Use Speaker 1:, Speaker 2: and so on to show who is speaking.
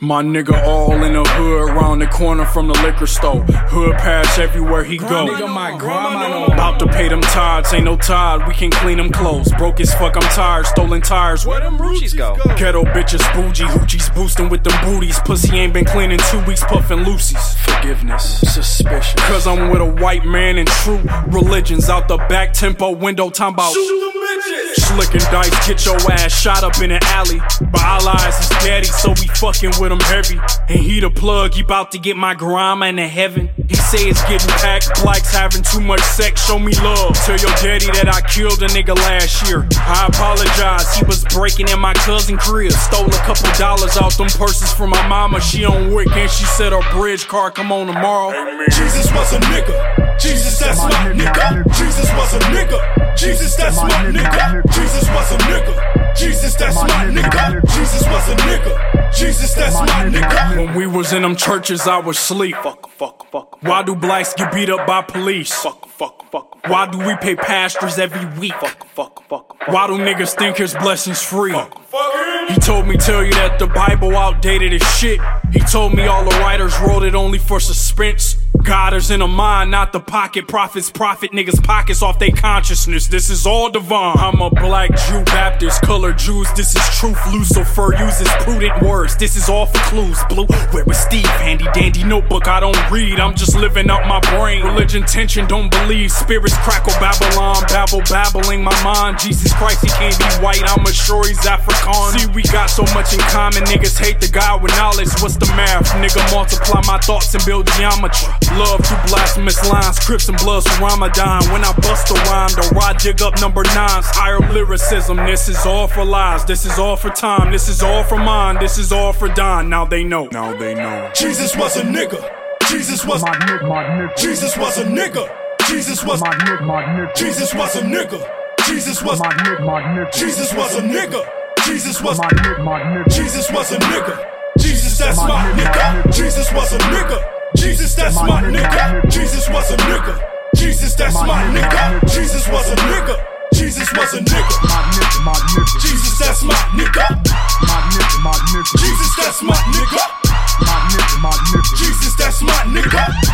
Speaker 1: My nigga all in the hood, round the corner from the liquor store. Hood pass everywhere he go.
Speaker 2: Nigga, my grandma know.
Speaker 1: About to pay them tides, ain't no tide, we can clean them clothes. Broke as fuck, I'm tired, stolen tires.
Speaker 2: Where them Ruchis go?
Speaker 1: Ghetto bitches, bougie, hoochies boosting with them booties. Pussy ain't been clean in two weeks, puffin' Lucy's.
Speaker 2: Forgiveness, suspicious.
Speaker 1: Cause I'm with a white man and true religions. Out the back tempo window, time about. Slick and dice, get your ass shot up in the alley. But Allah is his daddy, so we fucking with him heavy. And he the plug, he bout to get my grandma into heaven. He say it's getting packed, blacks having too much sex, show me love. Tell your daddy that I killed a nigga last year. I apologize, he was breaking in my cousin crib. Stole a couple dollars out them purses from my mama. She on wick and she said her bridge car come on tomorrow.
Speaker 3: Jesus was a nigga. Jesus, that's my nigga. Jesus was a nigga. Jesus, that's my nigga. Jesus was a nigga. Jesus, that's my nigga. Jesus was a nigga. Jesus, that's my nigga.
Speaker 1: When we was in them churches, I was sleep. Fuck 'em, fuck 'em, fuck 'em. Why do blacks get beat up by police? Fuck 'em, fuck 'em, fuck 'em. Why do we pay pastors every week? Fuck 'em, fuck 'em, fuck 'em. Why do niggas think his blessings free? He told me tell you that the Bible outdated as shit. He told me all the writers wrote it only for suspense. God is in the mind, not the pocket. Prophets profit niggas pockets off their consciousness. This is all divine. I'm a black Jew Baptist, color Jews. This is truth. Lucifer uses prudent words. This is all for clues. Blue, where was Steve? Handy dandy notebook. I don't read. I'm just living out my brain. Religion tension, don't believe. Spirits crackle Babylon, babble babbling my mind. Jesus Christ, he can't be white. I'm sure he's African. See, we got so much in common. Niggas hate the guy with knowledge. What's the math? Nigga, multiply my thoughts and build geometry. Love to blasphemous lines, Crips and Bloods from Ramadan. When I bust a rhyme, the rod dig up number nines. Iron lyricism, this is all for lies. This is all for time. This is all for mine. This is all for Don. Now they know. Now they know.
Speaker 3: Jesus was a nigga. Jesus was
Speaker 4: my nigga, my nigga,
Speaker 3: Jesus was a nigga. Jesus was
Speaker 4: my nigga, my nigga,
Speaker 3: Jesus was a nigga. Jesus was
Speaker 4: my nigga, my nigga,
Speaker 3: Jesus was a nigga. Jesus was
Speaker 4: my nigga, my nigga,
Speaker 3: Jesus was a nigga. Jesus that's my nigga. Jesus was a nigga. Jesus that's my nigga. Jesus was a nigga. Jesus that's my nigga. Jesus was a nigga. Jesus was a nigga.
Speaker 4: my nigga, my nigga,
Speaker 3: Jesus that's my nigga.
Speaker 4: my nigga, my nigga,
Speaker 3: Jesus that's my nigga.
Speaker 4: my nigga, my nigga,
Speaker 3: Jesus that's my nigga.